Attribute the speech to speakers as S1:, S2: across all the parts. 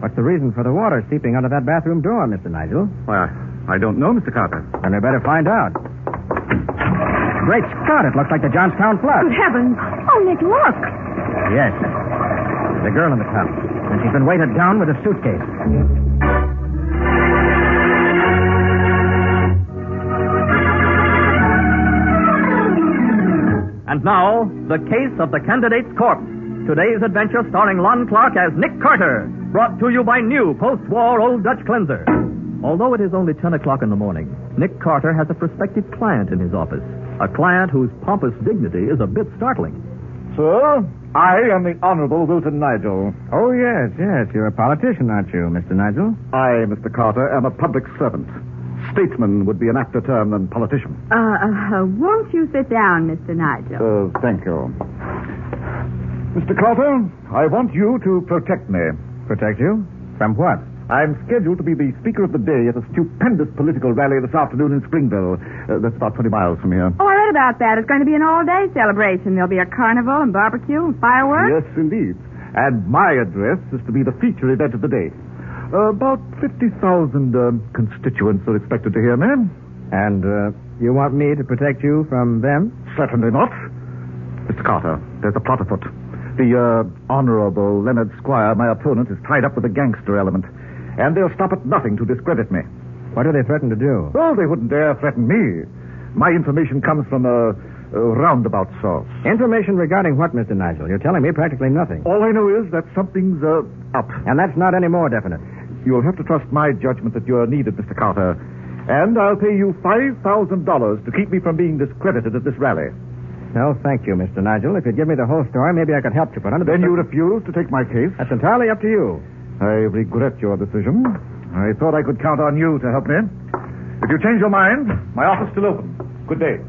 S1: What's the reason for the water seeping under that bathroom door, Mr. Nigel?
S2: Why, I don't know, Mr. Carter.
S1: Then we better find out. Great Scott, it looks like the Johnstown flood.
S3: Good heavens. Oh, Nick, look.
S1: yes. The girl in the tub. And she's been weighted down with a suitcase.
S4: And now, the case of the candidate's corpse. Today's adventure starring Lon Clark as Nick Carter, brought to you by new post-war old Dutch cleanser. Although it is only 10 o'clock in the morning, Nick Carter has a prospective client in his office, a client whose pompous dignity is a bit startling.
S2: Sir, I am the Honorable Wilton Nigel.
S1: Oh, yes, yes. You're a politician, aren't you, Mr. Nigel?
S2: I, Mr. Carter, am a public servant. Statesman would be an apter term than politician.
S3: Uh, uh, uh, won't you sit down, Mr. Nigel?
S2: Uh, thank you. Mr. Carter, I want you to protect me.
S1: Protect you? From what?
S2: I'm scheduled to be the Speaker of the Day at a stupendous political rally this afternoon in Springville. Uh, that's about 20 miles from here.
S3: Oh, I read about that. It's going to be an all-day celebration. There'll be a carnival and barbecue and fireworks.
S2: Yes, indeed. And my address is to be the feature event of the day. Uh, about 50,000 uh, constituents are expected to hear me.
S1: And uh, you want me to protect you from them?
S2: Certainly not. Mr. Carter, there's a plot afoot. The uh, Honorable Leonard Squire, my opponent, is tied up with a gangster element. And they'll stop at nothing to discredit me.
S1: What do they threaten to do?
S2: Oh, they wouldn't dare threaten me. My information comes from a, a roundabout source.
S1: Information regarding what, Mr. Nigel? You're telling me practically nothing.
S2: All I know is that something's uh, up.
S1: And that's not any more definite.
S2: You'll have to trust my judgment that you're needed, Mr. Carter. And I'll pay you $5,000 to keep me from being discredited at this rally.
S1: No, thank you, Mr. Nigel. If you'd give me the whole story, maybe I could help you. But under the
S2: Then you
S1: cir-
S2: refuse to take my case?
S1: That's entirely up to you.
S2: I regret your decision. I thought I could count on you to help me. If you change your mind, my office still open. Good day.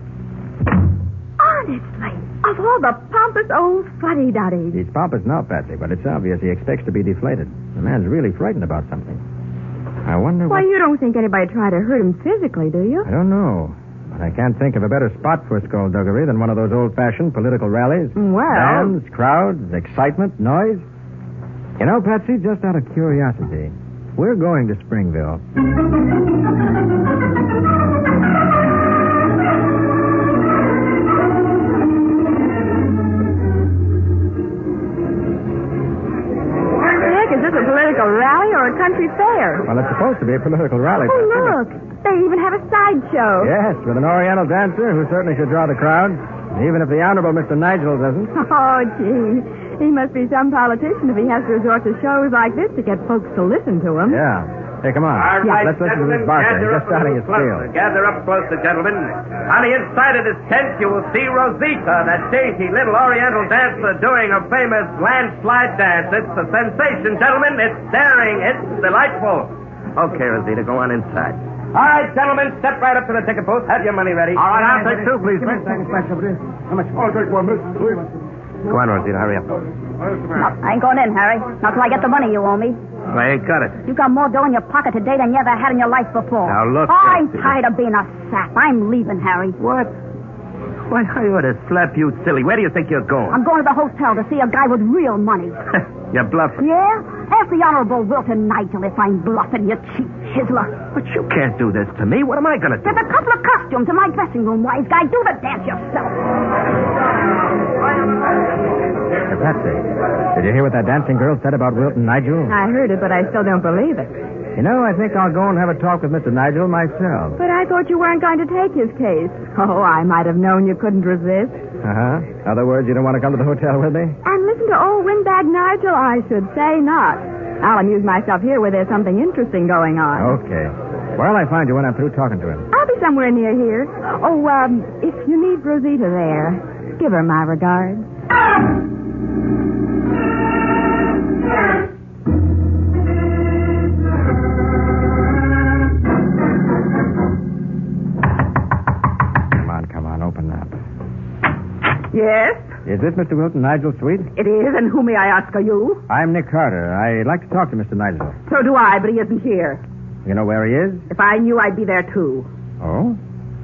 S3: Honestly, of all the pompous old fuddy-duddies.
S1: He's pompous now, Patsy, but it's obvious he expects to be deflated. The man's really frightened about something. I wonder
S3: Why,
S1: what...
S3: you don't think anybody tried to hurt him physically, do you?
S1: I don't know. But I can't think of a better spot for skullduggery than one of those old-fashioned political rallies.
S3: Well-
S1: Bands, crowds, excitement, noise. You know, Patsy, just out of curiosity, we're going to Springville.
S3: Nick, is this a political rally or a country fair?
S1: Well, it's supposed to be a political rally.
S3: Oh,
S1: Patsy, but-
S3: look. They even have a sideshow.
S1: Yes, with an Oriental dancer who certainly should draw the crowd, even if the Honorable Mr. Nigel doesn't.
S3: Oh, gee. He must be some politician if he has to resort to shows like this to get folks to listen to him.
S1: Yeah. Hey, come on.
S5: All right,
S1: Let's listen to this
S5: gentlemen,
S1: barker.
S5: gather
S1: Just
S5: up a
S1: starting
S5: little
S1: his
S5: closer.
S1: spiel.
S5: Gather up closer, gentlemen. On the inside of this tent, you will see Rosita, that dainty little Oriental dancer, doing her famous landslide dance. It's a sensation, gentlemen. It's daring. It's delightful. Okay, Rosita, go on inside. All right, gentlemen, step right up to the ticket booth. Have your money ready. All right, I'll take two, please.
S2: I'll take one, miss.
S5: Go on, Rosita, hurry up.
S6: I ain't going in, Harry. Not till I get the money you owe me.
S5: I ain't got it.
S6: You got more dough in your pocket today than you ever had in your life before.
S5: Now, look,
S6: Oh, I'm
S5: Patsy.
S6: tired of being a sap. I'm leaving, Harry.
S5: What? Why, I ought to slap you silly. Where do you think you're going?
S6: I'm going to the hotel to see a guy with real money.
S5: you're bluffing.
S6: Yeah? Ask the Honorable Wilton Nigel if I'm bluffing, you cheap chiseler.
S5: But you can't do this to me. What am I going to do?
S6: There's a couple of costumes in my dressing room, wise guy. Do the dance yourself.
S1: Hey, Patsy, did you hear what that dancing girl said about Wilton Nigel?
S3: I heard it, but I still don't believe it.
S1: You know, I think I'll go and have a talk with Mr. Nigel myself.
S3: But I thought you weren't going to take his case. Oh, I might have known you couldn't resist.
S1: Uh-huh. Other words, you don't want to come to the hotel with me?
S3: And listen to old windbag Nigel? I should say not. I'll amuse myself here where there's something interesting going on.
S1: Okay. Where'll I find you when I'm through talking to him?
S3: I'll be somewhere near here. Oh, um, if you need Rosita there, give her my regards.
S1: Is this Mr. Wilton Nigel's suite?
S3: It is, and who may I ask are you?
S1: I'm Nick Carter. I'd like to talk to Mr. Nigel.
S3: So do I, but he isn't here.
S1: You know where he is?
S3: If I knew, I'd be there too.
S1: Oh?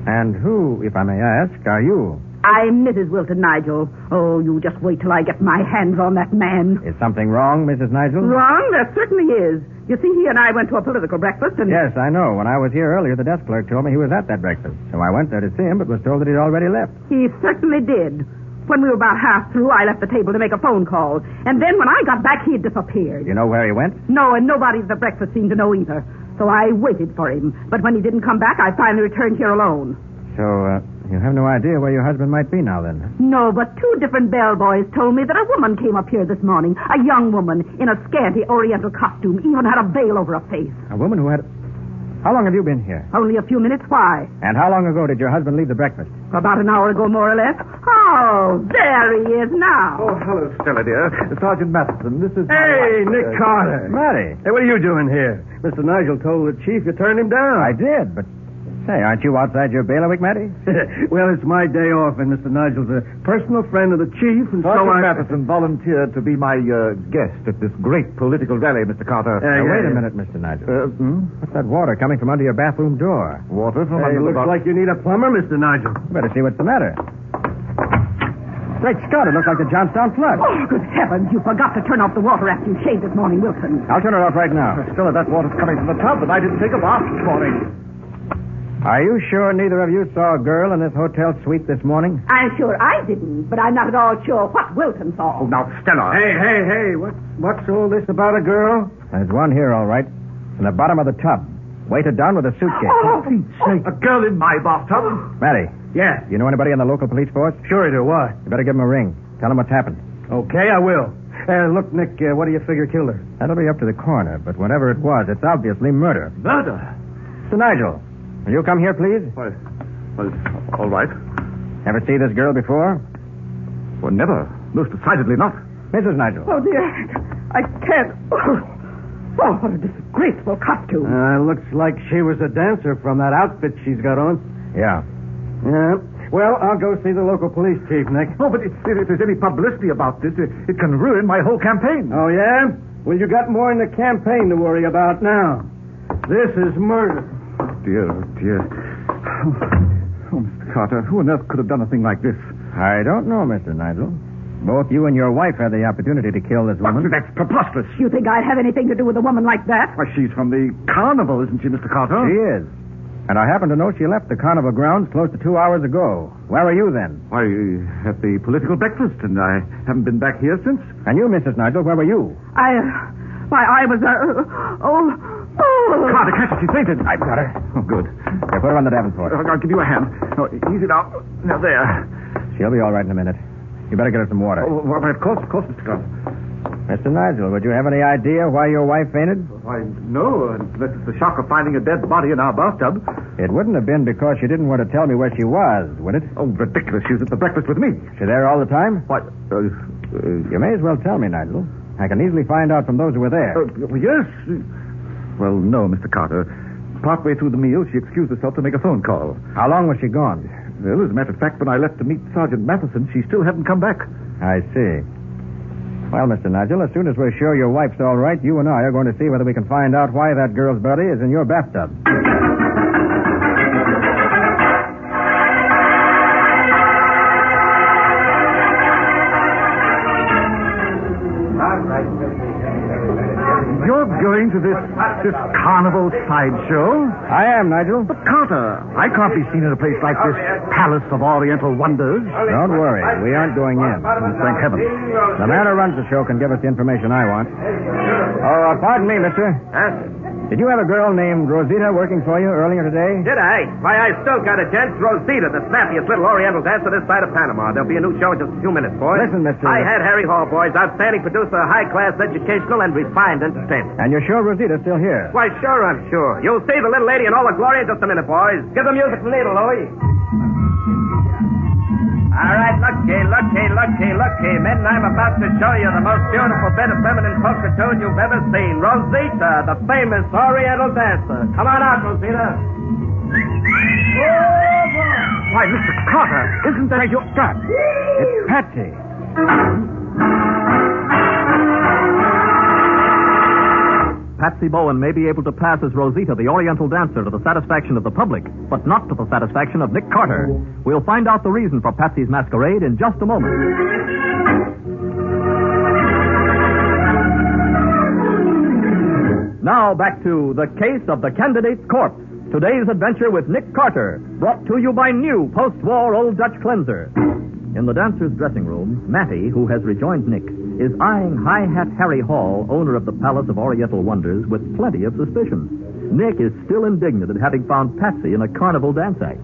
S1: And who, if I may ask, are you?
S3: I'm Mrs. Wilton Nigel. Oh, you just wait till I get my hands on that man.
S1: Is something wrong, Mrs. Nigel?
S3: Wrong? There certainly is. You see, he and I went to a political breakfast and.
S1: Yes, I know. When I was here earlier, the desk clerk told me he was at that breakfast. So I went there to see him, but was told that he'd already left.
S3: He certainly did. When we were about half through, I left the table to make a phone call. And then when I got back, he had disappeared.
S1: You know where he went?
S3: No, and nobody at the breakfast seemed to know either. So I waited for him. But when he didn't come back, I finally returned here alone.
S1: So, uh, you have no idea where your husband might be now, then?
S3: No, but two different bellboys told me that a woman came up here this morning. A young woman in a scanty oriental costume, even had a veil over her face.
S1: A woman who had. How long have you been here?
S3: Only a few minutes. Why?
S1: And how long ago did your husband leave the breakfast?
S3: About an hour ago, more or less. Oh, there he is now.
S4: Oh, hello, Stella, dear. Sergeant Matheson, this is...
S7: Hey,
S1: uh,
S7: Nick Carter.
S1: Matty.
S7: Hey, what are you doing here? Mr. Nigel told the chief you turned him down.
S1: I did, but. Say, aren't you outside your bailiwick, Matty?
S7: well, it's my day off, and Mr. Nigel's a personal friend of the chief, and so I.
S4: Sergeant Matheson volunteered to be my uh, guest at this great political rally, Mr.
S7: Uh,
S4: Carter.
S7: Yeah,
S1: Now,
S7: yeah,
S1: wait a
S7: yeah.
S1: minute, Mr. Nigel.
S4: Uh, hmm?
S1: What's that water coming from under your bathroom door?
S4: Water from
S7: Hey,
S4: under the
S7: looks
S4: box.
S7: like you need a plumber, Mr. Nigel.
S1: You better see what's the matter. Great Scott, it looks like the Johnstown flood.
S3: Oh, good heavens, you forgot to turn off the water after you shaved this morning, Wilson.
S1: I'll turn it off right now.
S4: Stella, that water's coming from the tub that I didn't take a bath this morning.
S1: Are you sure neither of you saw a girl in this hotel suite this morning?
S3: I'm sure I didn't, but I'm not at all sure what Wilson saw.
S1: Oh,
S4: Now, Stella.
S7: Hey, hey, hey, what, what's all this about a girl?
S1: There's one here, all right. In the bottom of the tub. Weighted down with a suitcase.
S4: Oh, for Pete's sake. A girl in my bathtub?
S1: Matty,
S7: Yeah,
S1: you know anybody in the local police force?
S7: sure it or what?
S1: You better give him a ring. Tell him what's happened.
S7: Okay, I will. Uh, look, Nick, uh, what do you figure killed her?
S1: That'll be up to the coroner, but whatever it was, it's obviously murder.
S4: Murder.
S1: Mr. Nigel, will you come here, please?
S4: Why, well, all right.
S1: Ever see this girl before?
S4: Well, never. Most decidedly not.
S1: Mrs. Nigel.
S3: Oh, dear. I can't. Oh, what a disgraceful costume.
S7: Uh, looks like she was a dancer from that outfit she's got on.
S1: Yeah.
S7: Yeah. Well, I'll go see the local police chief, Nick.
S4: Oh, but if, if there's any publicity about this, it, it can ruin my whole campaign.
S7: Oh, yeah? Well, you got more in the campaign to worry about now. This is murder.
S4: dear, oh, dear. Oh, Mr. Carter, who on earth could have done a thing like this?
S1: I don't know, Mr. Nigel. Both you and your wife had the opportunity to kill this woman.
S4: That's preposterous.
S3: You think I'd have anything to do with a woman like that?
S4: Why, she's from the carnival, isn't she, Mr. Carter?
S1: She is. And I happen to know she left the carnival grounds close to two hours ago. Where were you then?
S4: Why, uh, at the political breakfast, and I haven't been back here since.
S1: And you, Mrs. Nigel, where were you?
S3: I. Why, I was. Uh, oh. Oh.
S4: Carter, catch her. She fainted. I've got her. Oh, good.
S1: You put her on the Davenport.
S4: I'll, I'll give you a hand. No, ease it out. Now, there.
S1: She'll be all right in a minute. You better get her some water.
S4: Oh, well, why, of course, of course, Mr. Carter.
S1: Mr. Nigel, would you have any idea why your wife fainted?
S4: Why, no, unless it's the shock of finding a dead body in our bathtub.
S1: It wouldn't have been because she didn't want to tell me where she was, would it?
S4: Oh, ridiculous. She was at the breakfast with me.
S1: She there all the time?
S4: Why, uh, uh,
S1: You may as well tell me, Nigel. I can easily find out from those who were there.
S4: Uh, yes. Well, no, Mr. Carter. Partway through the meal, she excused herself to make a phone call.
S1: How long was she gone?
S4: Well, as a matter of fact, when I left to meet Sergeant Matheson, she still hadn't come back.
S1: I see. Well, Mr. Nigel, as soon as we're sure your wife's all right, you and I are going to see whether we can find out why that girl's body is in your bathtub.
S4: You're going to this this carnival sideshow?
S1: I am, Nigel.
S4: But Carter, I can't be seen in a place like this Palace of Oriental Wonders.
S1: Don't worry. We aren't going in.
S4: Thank heaven.
S1: The man who runs the show can give us the information I want. Oh, uh, pardon me, mister. Did you have a girl named Rosita working for you earlier today?
S5: Did I? Why, I still got a chance. Rosita, the snappiest little Oriental dancer this side of Panama. There'll be a new show in just a few minutes, boys.
S1: Listen, mister.
S5: I had Harry Hall, boys. Outstanding producer, high class educational, and refined entertainment.
S1: And you're sure Rosita's still here?
S5: Why, sure, I'm sure. You'll see the little lady in all her glory in just a minute, boys. Give the music a little, Louie. All right, looky, looky, looky, looky. Men, I'm about to show you the most beautiful bit of feminine coquetry you've ever seen. Rosita, the famous Oriental dancer. Come on out, Rosita.
S4: Why, Mr. Carter, isn't that your... God,
S1: It's Patsy.
S4: Patsy Bowen may be able to pass as Rosita, the Oriental dancer, to the satisfaction of the public, but not to the satisfaction of Nick Carter. We'll find out the reason for Patsy's masquerade in just a moment. Now back to The Case of the Candidate's Corpse. Today's adventure with Nick Carter, brought to you by new post-war Old Dutch cleanser. In the dancer's dressing room, Mattie, who has rejoined Nick, is eyeing High Hat Harry Hall, owner of the Palace of Oriental Wonders, with plenty of suspicion. Nick is still indignant at having found Patsy in a carnival dance act.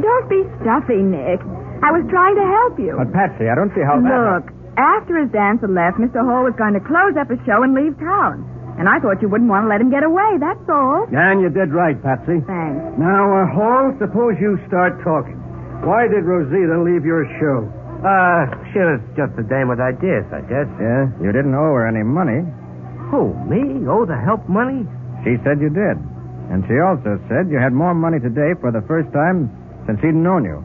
S3: Don't be stuffy, Nick. I was trying to help you.
S1: But, Patsy, I don't see how that.
S3: Look, after his dancer left, Mr. Hall was going to close up his show and leave town. And I thought you wouldn't want to let him get away, that's all.
S8: And you did right, Patsy.
S3: Thanks.
S8: Now, uh, Hall, suppose you start talking. Why did Rosita leave your show?
S5: Uh, she was just a dame with ideas, I guess.
S1: Yeah, you didn't owe her any money.
S5: Who, me? Oh, the help money?
S1: She said you did. And she also said you had more money today for the first time since she'd known you.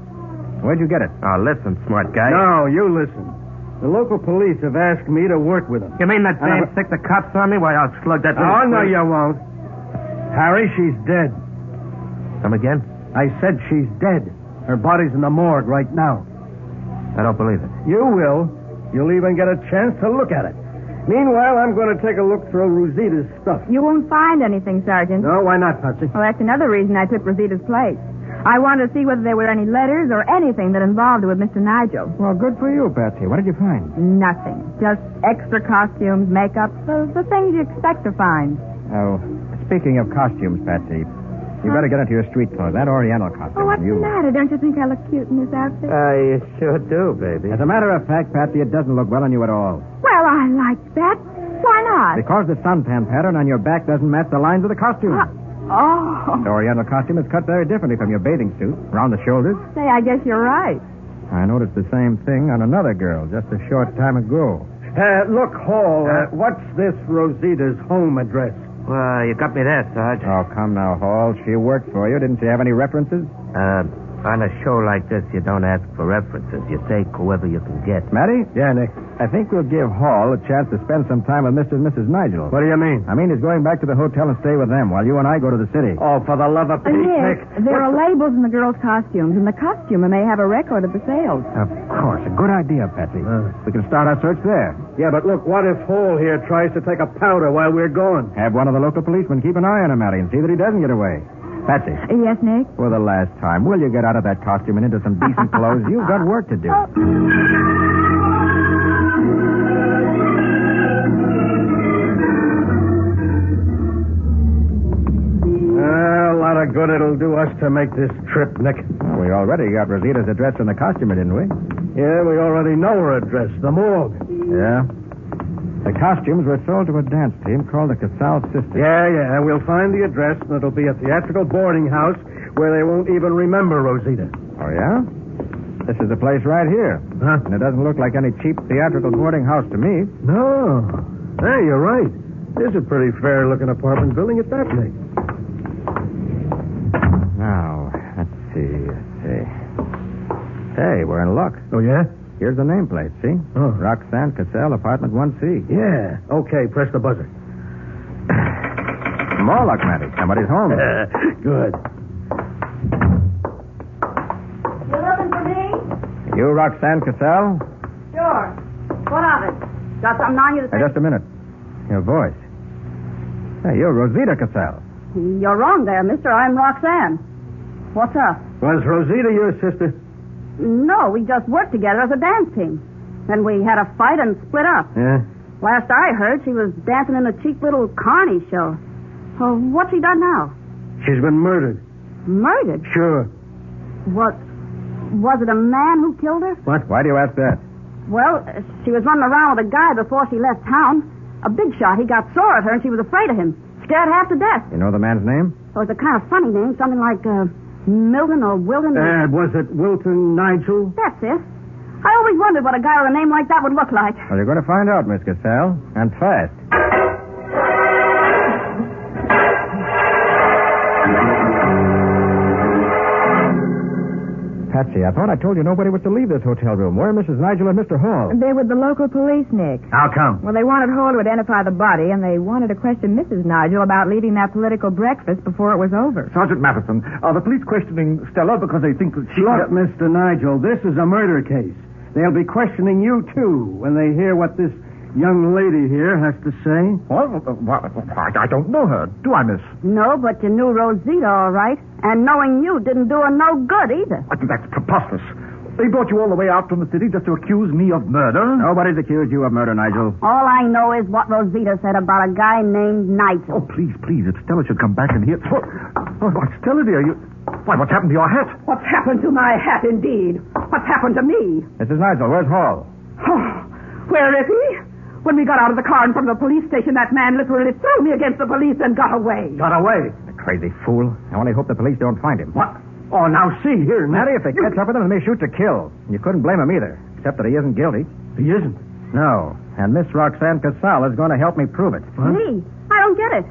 S1: Where'd you get it?
S5: Oh, listen, smart guy.
S8: No, you listen. The local police have asked me to work with them.
S5: You mean that
S8: I
S5: dame
S8: never-
S5: stick the cops on me? Why, I'll slug that
S8: Oh,
S5: little
S8: no,
S5: squirt.
S8: you won't. Harry, she's dead.
S5: Come again?
S8: I said she's dead. Her body's in the morgue right now.
S5: I don't believe it.
S8: You will. You'll even get a chance to look at it. Meanwhile, I'm going to take a look through Rosita's stuff.
S3: You won't find anything, Sergeant.
S8: No, why not, Patsy?
S3: Well, that's another reason I took Rosita's place. I wanted to see whether there were any letters or anything that involved her with Mr. Nigel.
S1: Well, good for you, Patsy. What did you find?
S3: Nothing. Just extra costumes, makeup, the, the things you expect to find.
S1: Oh, speaking of costumes, Patsy, you better get into your street clothes. That Oriental costume.
S3: Oh, what's
S1: you... Uh,
S3: the matter? Don't you think I look cute in this outfit?
S5: I sure do, baby.
S1: As a matter of fact, Patsy, it doesn't look well on you at all.
S3: well, I like that. Why not?
S1: Because the suntan pattern on your back doesn't match the lines of the costume.
S3: Uh, oh,
S1: The Oriental costume is cut very differently from your bathing suit. Around the shoulders.
S3: say, I guess you're right.
S1: I noticed the same thing on another girl just a short time ago.
S8: Uh, look, Hall, uh, what's this Rosita's home address?
S5: Well, you got me there, Sarge.
S1: Oh, come now, Hall. She worked for you. Didn't she have any references?
S5: Uh, on a show like this, you don't ask for references. You take whoever you can get.
S1: Matty?
S8: Yeah, Nick.
S1: I think we'll give Hall a chance to spend some time with Mr. and Mrs. Nigel.
S8: What do you mean?
S1: I mean, he's going back to the hotel and stay with them while you and I go to the city.
S8: Oh, for the love of
S3: Uh, Nick, there are labels in the girls' costumes, and the costumer may have a record of the sales.
S1: Of course. A good idea, Patsy. Uh, we can start our search there.
S8: Yeah, but look, what if Hall here tries to take a powder while we're gone?
S1: Have one of the local policemen keep an eye on him, Matty, and see that he doesn't get away. Patsy,
S3: Yes, Nick?
S1: for the last time, will you get out of that costume and into some decent clothes? You've got work to do.
S8: Uh, a lot of good it'll do us to make this trip, Nick.
S1: We already got Rosita's address and the costumer, didn't we?
S8: Yeah, we already know her address, the morgue.
S1: Yeah. The costumes were sold to a dance team called the Casal Sisters.
S8: Yeah, yeah, we'll find the address, and it'll be a theatrical boarding house where they won't even remember Rosita.
S1: Oh, yeah? This is the place right here.
S8: Huh?
S1: And it doesn't look like any cheap theatrical boarding house to me.
S8: No. Oh, Hey, you're right. This is a pretty fair looking apartment building at that rate.
S1: Now, let's see, let's see. Hey, we're in luck.
S8: Oh, yeah?
S1: Here's the nameplate, see?
S8: Oh.
S1: Roxanne Casal, apartment 1C.
S8: Yeah. Okay, press the buzzer.
S1: More luck, Matty. Somebody's home.
S8: Good.
S3: You looking for me?
S1: you Roxanne Casal?
S3: Sure. What of it? Got something on you
S1: Now, just a minute. Your voice. Hey, you're Rosita Casal.
S6: You're wrong there, mister. I'm Roxanne. What's up?
S8: Was Rosita your sister?
S6: No, we just worked together as a dance team. Then we had a fight and split up.
S8: Yeah.
S6: Last I heard, she was dancing in a cheap little carny show. Oh, what's she done now?
S8: She's been murdered.
S6: Murdered?
S8: Sure.
S6: What? Was it a man who killed her?
S1: What? Why do you ask that?
S6: Well, uh, she was running around with a guy before she left town. A big shot. He got sore at her, and she was afraid of him. Scared half to death.
S1: You know the man's name?
S6: It was a kind of funny name, something like uh, Milton or Wilton. or-
S8: Uh, was it Wilton Nigel?
S6: That's it. I always wondered what a guy with a name like that would look like.
S1: Well, you're going to find out, Miss Casal, and fast. Patsy, I thought I told you nobody was to leave this hotel room. Where are Mrs. Nigel and Mr. Hall?
S3: They were the local police, Nick.
S1: How come?
S3: Well, they wanted Hall to identify the body, and they wanted to question Mrs. Nigel about leaving that political breakfast before it was over.
S2: Sergeant Matheson, are the police questioning Stella because they think that she...
S8: Look, Mr. Nigel, this is a murder case. They'll be questioning you, too, when they hear what this young lady here has to say.
S2: What? What? I don't know her, do I, miss?
S6: No, but you knew Rosita all right. And knowing you didn't do her no good either.
S2: I think that's preposterous. They brought you all the way out from the city just to accuse me of murder?
S1: Nobody's accused you of murder, Nigel.
S6: All I know is what Rosita said about a guy named
S2: Oh,
S6: Nigel.
S2: please, please, if Stella should come back and hear... What? Oh, why, Stella, dear, you... Why, what's happened to your hat?
S6: What's happened to my hat, indeed? What's happened to me? Oh,
S1: Mrs. Nigel, where's Hall?
S6: Where is he? When we got out of the car and from the police station, that man literally threw me against the police and got away.
S8: Got away.
S1: The crazy fool. I only hope the police don't find him.
S8: What? Oh, now see here,
S1: Matty, if they catch up with him, they may shoot to kill. You couldn't blame him either, except that he isn't guilty.
S8: He isn't.
S1: No. And Miss Roxanne Casal is going to help me prove it.
S3: Me? I don't get it.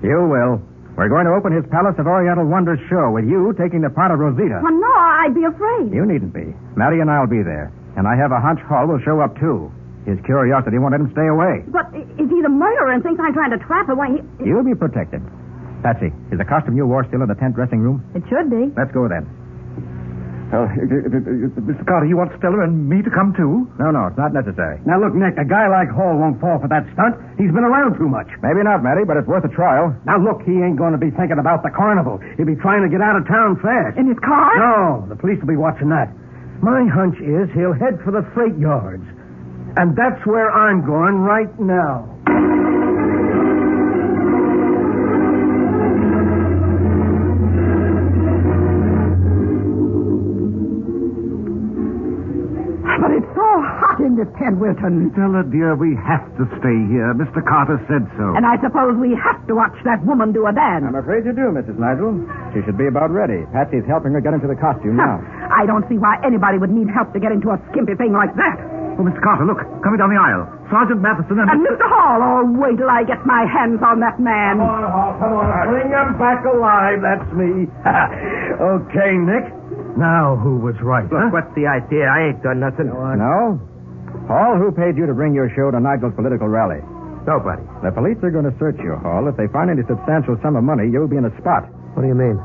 S1: You will. We're going to open his Palace of Oriental Wonders show with you taking the part of Rosita.
S6: Well, Oh, no, I'd be afraid.
S1: You needn't be. Matty and I'll be there. And I have a hunch Hall will show up, too. His curiosity won't let him stay away.
S6: But i- is he the murderer and thinks I'm trying to trap him? Why, he...
S1: You'll be protected. Patsy, is the costume you wore still in the tent dressing room?
S3: It should be.
S1: Let's go then.
S2: Uh, Mr. Carter, you want Stella and me to come, too?
S1: No, no, it's not necessary.
S8: Now look, Nick, a guy like Hall won't fall for that stunt. He's been around too much.
S1: Maybe not, Matty, but it's worth a trial.
S8: Now look, he ain't going to be thinking about the carnival. He'll be trying to get out of town fast.
S6: In his car?
S8: No, the police will be watching that. My hunch is he'll head for the freight yards. And that's where I'm going right now.
S6: But it's so hot in this tent, Wilton.
S2: Stella, dear, we have to stay here. Mr. Carter said so.
S6: And I suppose we have to watch that woman do a dance.
S1: I'm afraid you do, Mrs. Nigel. She should be about ready. Patsy's helping her get into the costume now.
S6: I don't see why anybody would need help to get into a skimpy thing like that.
S2: Oh, Mr. Carter, look, coming down the aisle. Sergeant Matheson
S8: Uh,
S2: and...
S6: And Mr. Hall, oh, wait till I get my hands on that man.
S9: Oh.
S8: Come on, Hall, come on. Bring him back alive. That's me. okay, Nick. Now who was right?
S5: Look, what's the idea? I ain't done nothing.
S1: No? Hall, who paid you to bring your show to Nigel's political rally?
S5: Nobody.
S1: The police are going to search your hall. If they find any substantial sum of money, you'll be in a spot.
S8: What do you mean?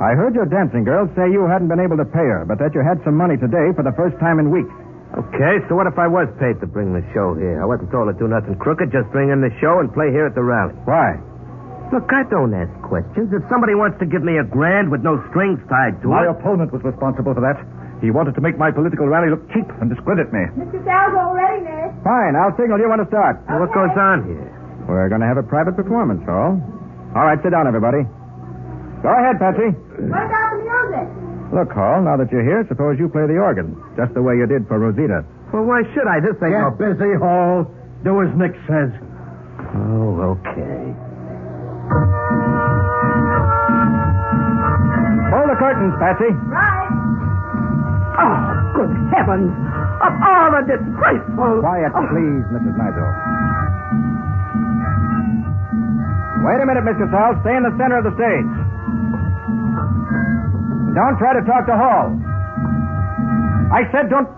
S1: I heard your dancing girls say you hadn't been able to pay her, but that you had some money today for the first time in weeks.
S5: Okay, so what if I was paid to bring the show here? I wasn't told to do nothing crooked, just bring in the show and play here at the rally.
S1: Why?
S5: Look, I don't ask questions. If somebody wants to give me a grand with no strings tied to
S2: My
S5: it.
S2: opponent was responsible for that. He wanted to make my political rally look cheap and discredit me.
S9: Mr. oh, Sal's all ready, Miss.
S1: Fine, I'll signal you want to start.
S5: Now, What goes on here?
S1: We're going to have a private performance, Hall. All right, sit down, everybody. Go ahead, Patsy.
S9: What about the music?
S1: Look, Hall, now that you're here, suppose you play the organ, just the way you did for Rosita.
S5: Well, why should I? This ain't
S8: Get
S5: no...
S8: busy, Hall. Do as Nick says.
S5: Oh, okay.
S1: Pull the curtains, Patsy.
S9: Right.
S6: Oh, good heavens. Of all the disgraceful...
S1: Quiet,
S6: Oh,
S1: please, Mrs. Nigel. Wait a minute, Mr. Saul. Stay in the center of the stage. Don't try to talk to Hall. I said don't.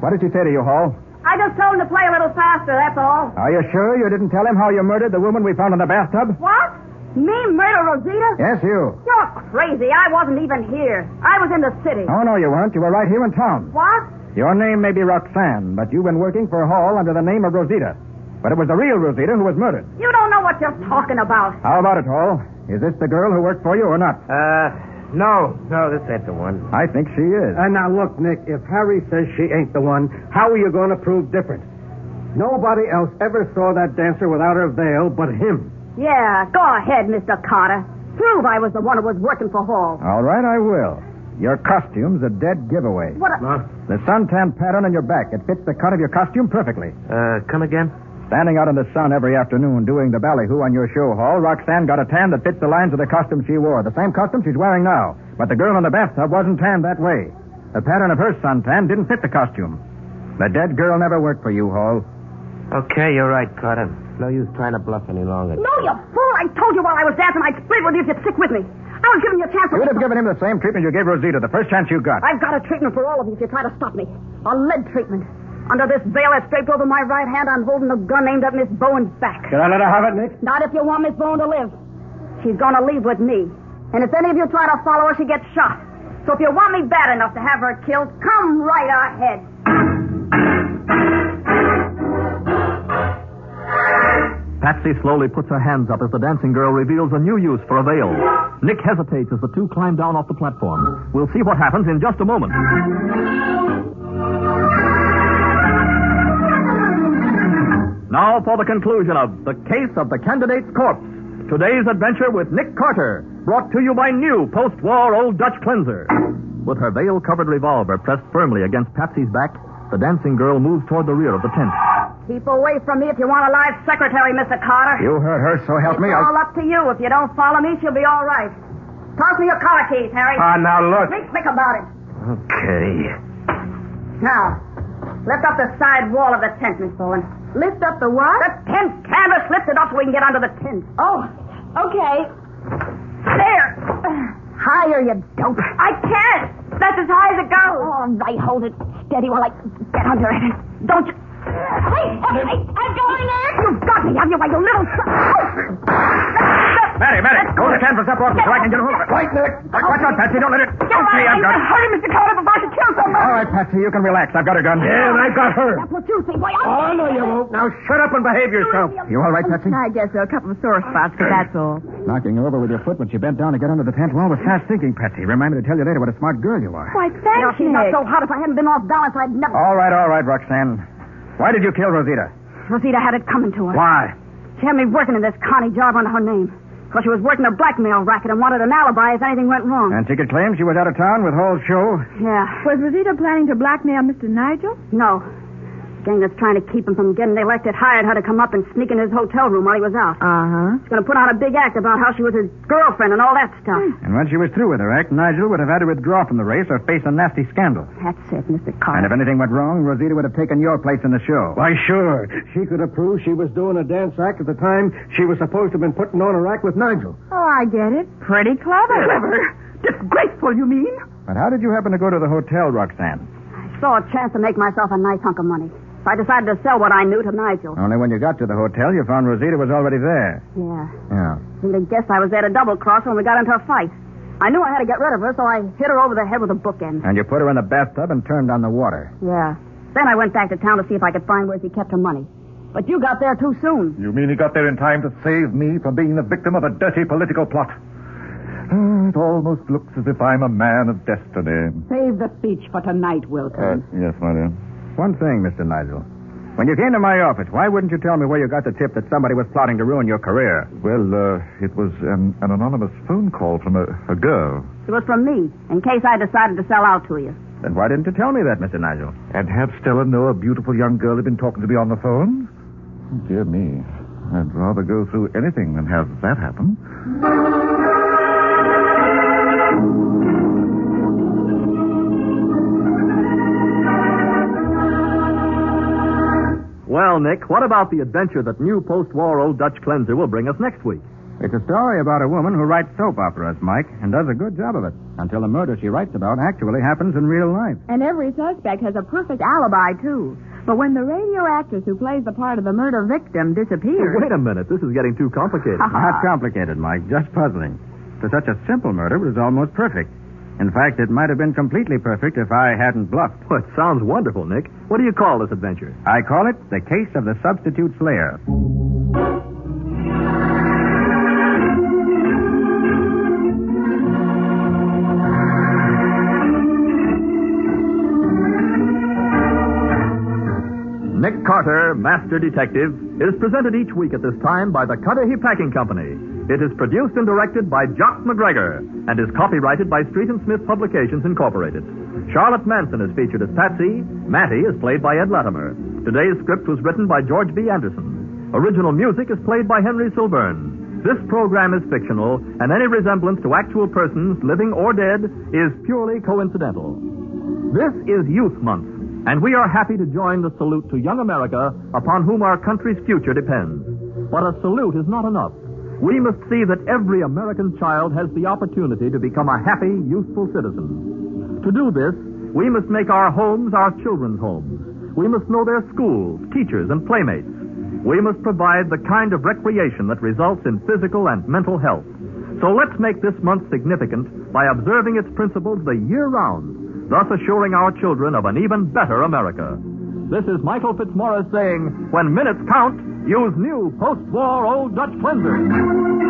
S1: What did she say to you, Hall?
S9: I just told him to play a little faster, that's all.
S1: Are you sure you didn't tell him how you murdered the woman we found in the bathtub?
S9: What? Me murder Rosita?
S1: Yes, you.
S9: You're crazy. I wasn't even here. I was in the city.
S1: Oh, no, you weren't. You were right here in town.
S9: What?
S1: Your name may be Roxanne, but you've been working for Hall under the name of Rosita. But it was the real Rosita who was murdered.
S9: You don't know what you're talking about.
S1: How about it, Hall? Is this the girl who worked for you or not?
S5: Uh, no, no, this ain't the one.
S1: I think she is.
S8: And now look, Nick, if Harry says she ain't the one, how are you going to prove different? Nobody else ever saw that dancer without her veil but him.
S9: Yeah, go ahead, Mr. Carter. Prove I was the one who was working for Hall.
S1: All right, I will. Your costume's a dead giveaway.
S9: What a...
S1: The suntan pattern on your back, it fits the cut of your costume perfectly.
S5: Uh, come again?
S1: Standing out in the sun every afternoon doing the ballyhoo on your show hall, Roxanne got a tan that fits the lines of the costume she wore, the same costume she's wearing now. But the girl in the bathtub wasn't tanned that way. The pattern of her suntan didn't fit the costume. The dead girl never worked for you, Hall.
S5: Okay, you're right, Carter. No use trying to bluff any longer.
S6: No, you fool. I told you while I was dancing I'd split with you if you'd stick with me. I was giving you a chance. to-
S1: You'd have given him the same treatment you gave Rosita the first chance you got.
S6: I've got a treatment for all of you if you try to stop me. A lead treatment. Under this veil that's draped over my right hand, I'm holding a gun aimed at Miss Bowen's back.
S10: Should I let her have it, Nick?
S6: Not if you want Miss Bowen to live. She's going to leave with me. And if any of you try to follow her, she gets shot. So if you want me bad enough to have her killed, come right ahead.
S4: Patsy slowly puts her hands up as the dancing girl reveals a new use for a veil. Nick hesitates as the two climb down off the platform. We'll see what happens in just a moment. Now for the conclusion of The Case of the Candidate's Corpse. Today's adventure with Nick Carter, brought to you by new post war Old Dutch Cleanser. With her veil covered revolver pressed firmly against Patsy's back, the dancing girl moves toward the rear of the tent.
S6: Keep away from me if you want a live secretary, Mr. Carter.
S1: You heard her, so help
S6: it's
S1: me.
S6: all up to you. If you don't follow me, she'll be all right. Toss me your collar keys, Harry.
S11: Ah, now look.
S6: Think quick about it.
S1: Okay.
S6: Now, lift up the side wall of the tent, Miss Bowen. Lift up the what? The tent canvas. Lift it up so we can get under the tent.
S3: Oh, okay.
S6: There. Higher, you dope. I can't. That's as high as it goes.
S3: All right, hold it steady while I get under it. Don't you. Hey, hey, hey, I'm going in.
S6: You've got me, have you, why you little son?
S1: Matty, Matty, hold the canvas up off me so I can get a hold of it. Right, Nick. Watch out, Patsy. Don't let it. Okay, I've got it.
S6: Hurry, Mr. Carter, before I should kill someone.
S1: All right, Patsy, you can relax. I've got her gun.
S10: Yeah, and I've got her.
S6: That's what you think. Why, I...
S10: Oh, no, you won't. Now shut up and behave yourself.
S1: You all right, Patsy?
S3: I guess there are a couple of sore spots, but that's all.
S1: Knocking her over with your foot when she bent down to get under the tent wall was fast thinking, Patsy. Remind me to tell you later what a smart girl you are.
S3: Why,
S6: Now,
S3: thanks,
S6: she's not so hot. If I hadn't been off balance, I'd never...
S1: All right, all right, Roxanne. Why did you kill Rosita?
S6: Oh, Rosita had it coming to her.
S1: Why?
S6: She had me working in this Connie job under her name. Because she was working a blackmail racket and wanted an alibi if anything went wrong.
S1: And she could claim she was out of town with whole show.
S6: Yeah.
S3: Was Rosita planning to blackmail Mr. Nigel?
S6: No. Gang that's trying to keep him from getting elected hired her to come up and sneak in his hotel room while he was out.
S3: Uh huh.
S6: She's going to put on a big act about how she was his girlfriend and all that stuff.
S1: And when she was through with her act, Nigel would have had to withdraw from the race or face a nasty scandal.
S6: That's it, Mr.
S1: And if
S6: Carter.
S1: anything went wrong, Rosita would have taken your place in the show.
S10: Why, sure. She could have proved she was doing a dance act at the time she was supposed to have been putting on a act with Nigel.
S3: Oh, I get it. Pretty clever.
S12: Clever. Disgraceful, you mean?
S1: But how did you happen to go to the hotel, Roxanne?
S6: I saw a chance to make myself a nice hunk of money. So I decided to sell what I knew to Nigel.
S1: Only when you got to the hotel, you found Rosita was already there.
S6: Yeah.
S1: Yeah.
S6: You'd have guessed I was there to double cross when we got into a fight. I knew I had to get rid of her, so I hit her over the head with a bookend.
S1: And you put her in the bathtub and turned on the water.
S6: Yeah. Then I went back to town to see if I could find where she kept her money. But you got there too soon.
S13: You mean he got there in time to save me from being the victim of a dirty political plot? Oh, It almost looks as if I'm a man of destiny.
S12: Save the speech for tonight,
S13: Uh,
S12: Wilkins.
S13: yes, my dear.
S1: One thing, Mr. Nigel. When you came to my office, why wouldn't you tell me where you got the tip that somebody was plotting to ruin your career?
S13: Well, uh, it was an, an anonymous phone call from a, a girl.
S6: It was from me, in case I decided to sell out to you.
S1: Then why didn't you tell me that, Mr. Nigel?
S13: And have Stella know a beautiful young girl had been talking to me on the phone?
S1: Oh,
S13: Dear me, I'd rather go through anything than have that happen.
S4: Well, Nick, what about the adventure that new post war Old Dutch Cleanser will bring us next week?
S1: It's a story about a woman who writes soap operas, Mike, and does a good job of it until the murder she writes about actually happens in real life.
S3: And every suspect has a perfect alibi, too. But when the radio actress who plays the part of the murder victim disappears.
S4: Wait a minute, this is getting too complicated.
S1: Not complicated, Mike, just puzzling. For such a simple murder, it was almost perfect. In fact, it might have been completely perfect if I hadn't bluffed.
S4: Well, it sounds wonderful, Nick. What do you call this adventure?
S1: I call it the case of the substitute slayer.
S4: Nick Carter, Master Detective, is presented each week at this time by the Cudahy Packing Company. It is produced and directed by Jock McGregor and is copyrighted by Street and Smith Publications Incorporated. Charlotte Manson is featured as Patsy. Matty is played by Ed Latimer. Today's script was written by George B. Anderson. Original music is played by Henry Silburn. This program is fictional, and any resemblance to actual persons, living or dead, is purely coincidental. This is Youth Month, and we are happy to join the salute to young America upon whom our country's future depends. But a salute is not enough. We must see that every American child has the opportunity to become a happy, useful citizen. To do this, we must make our homes our children's homes. We must know their schools, teachers, and playmates. We must provide the kind of recreation that results in physical and mental health. So let's make this month significant by observing its principles the year round, thus assuring our children of an even better America. This is Michael Fitzmaurice saying, when minutes count, use new post-war old Dutch cleanser.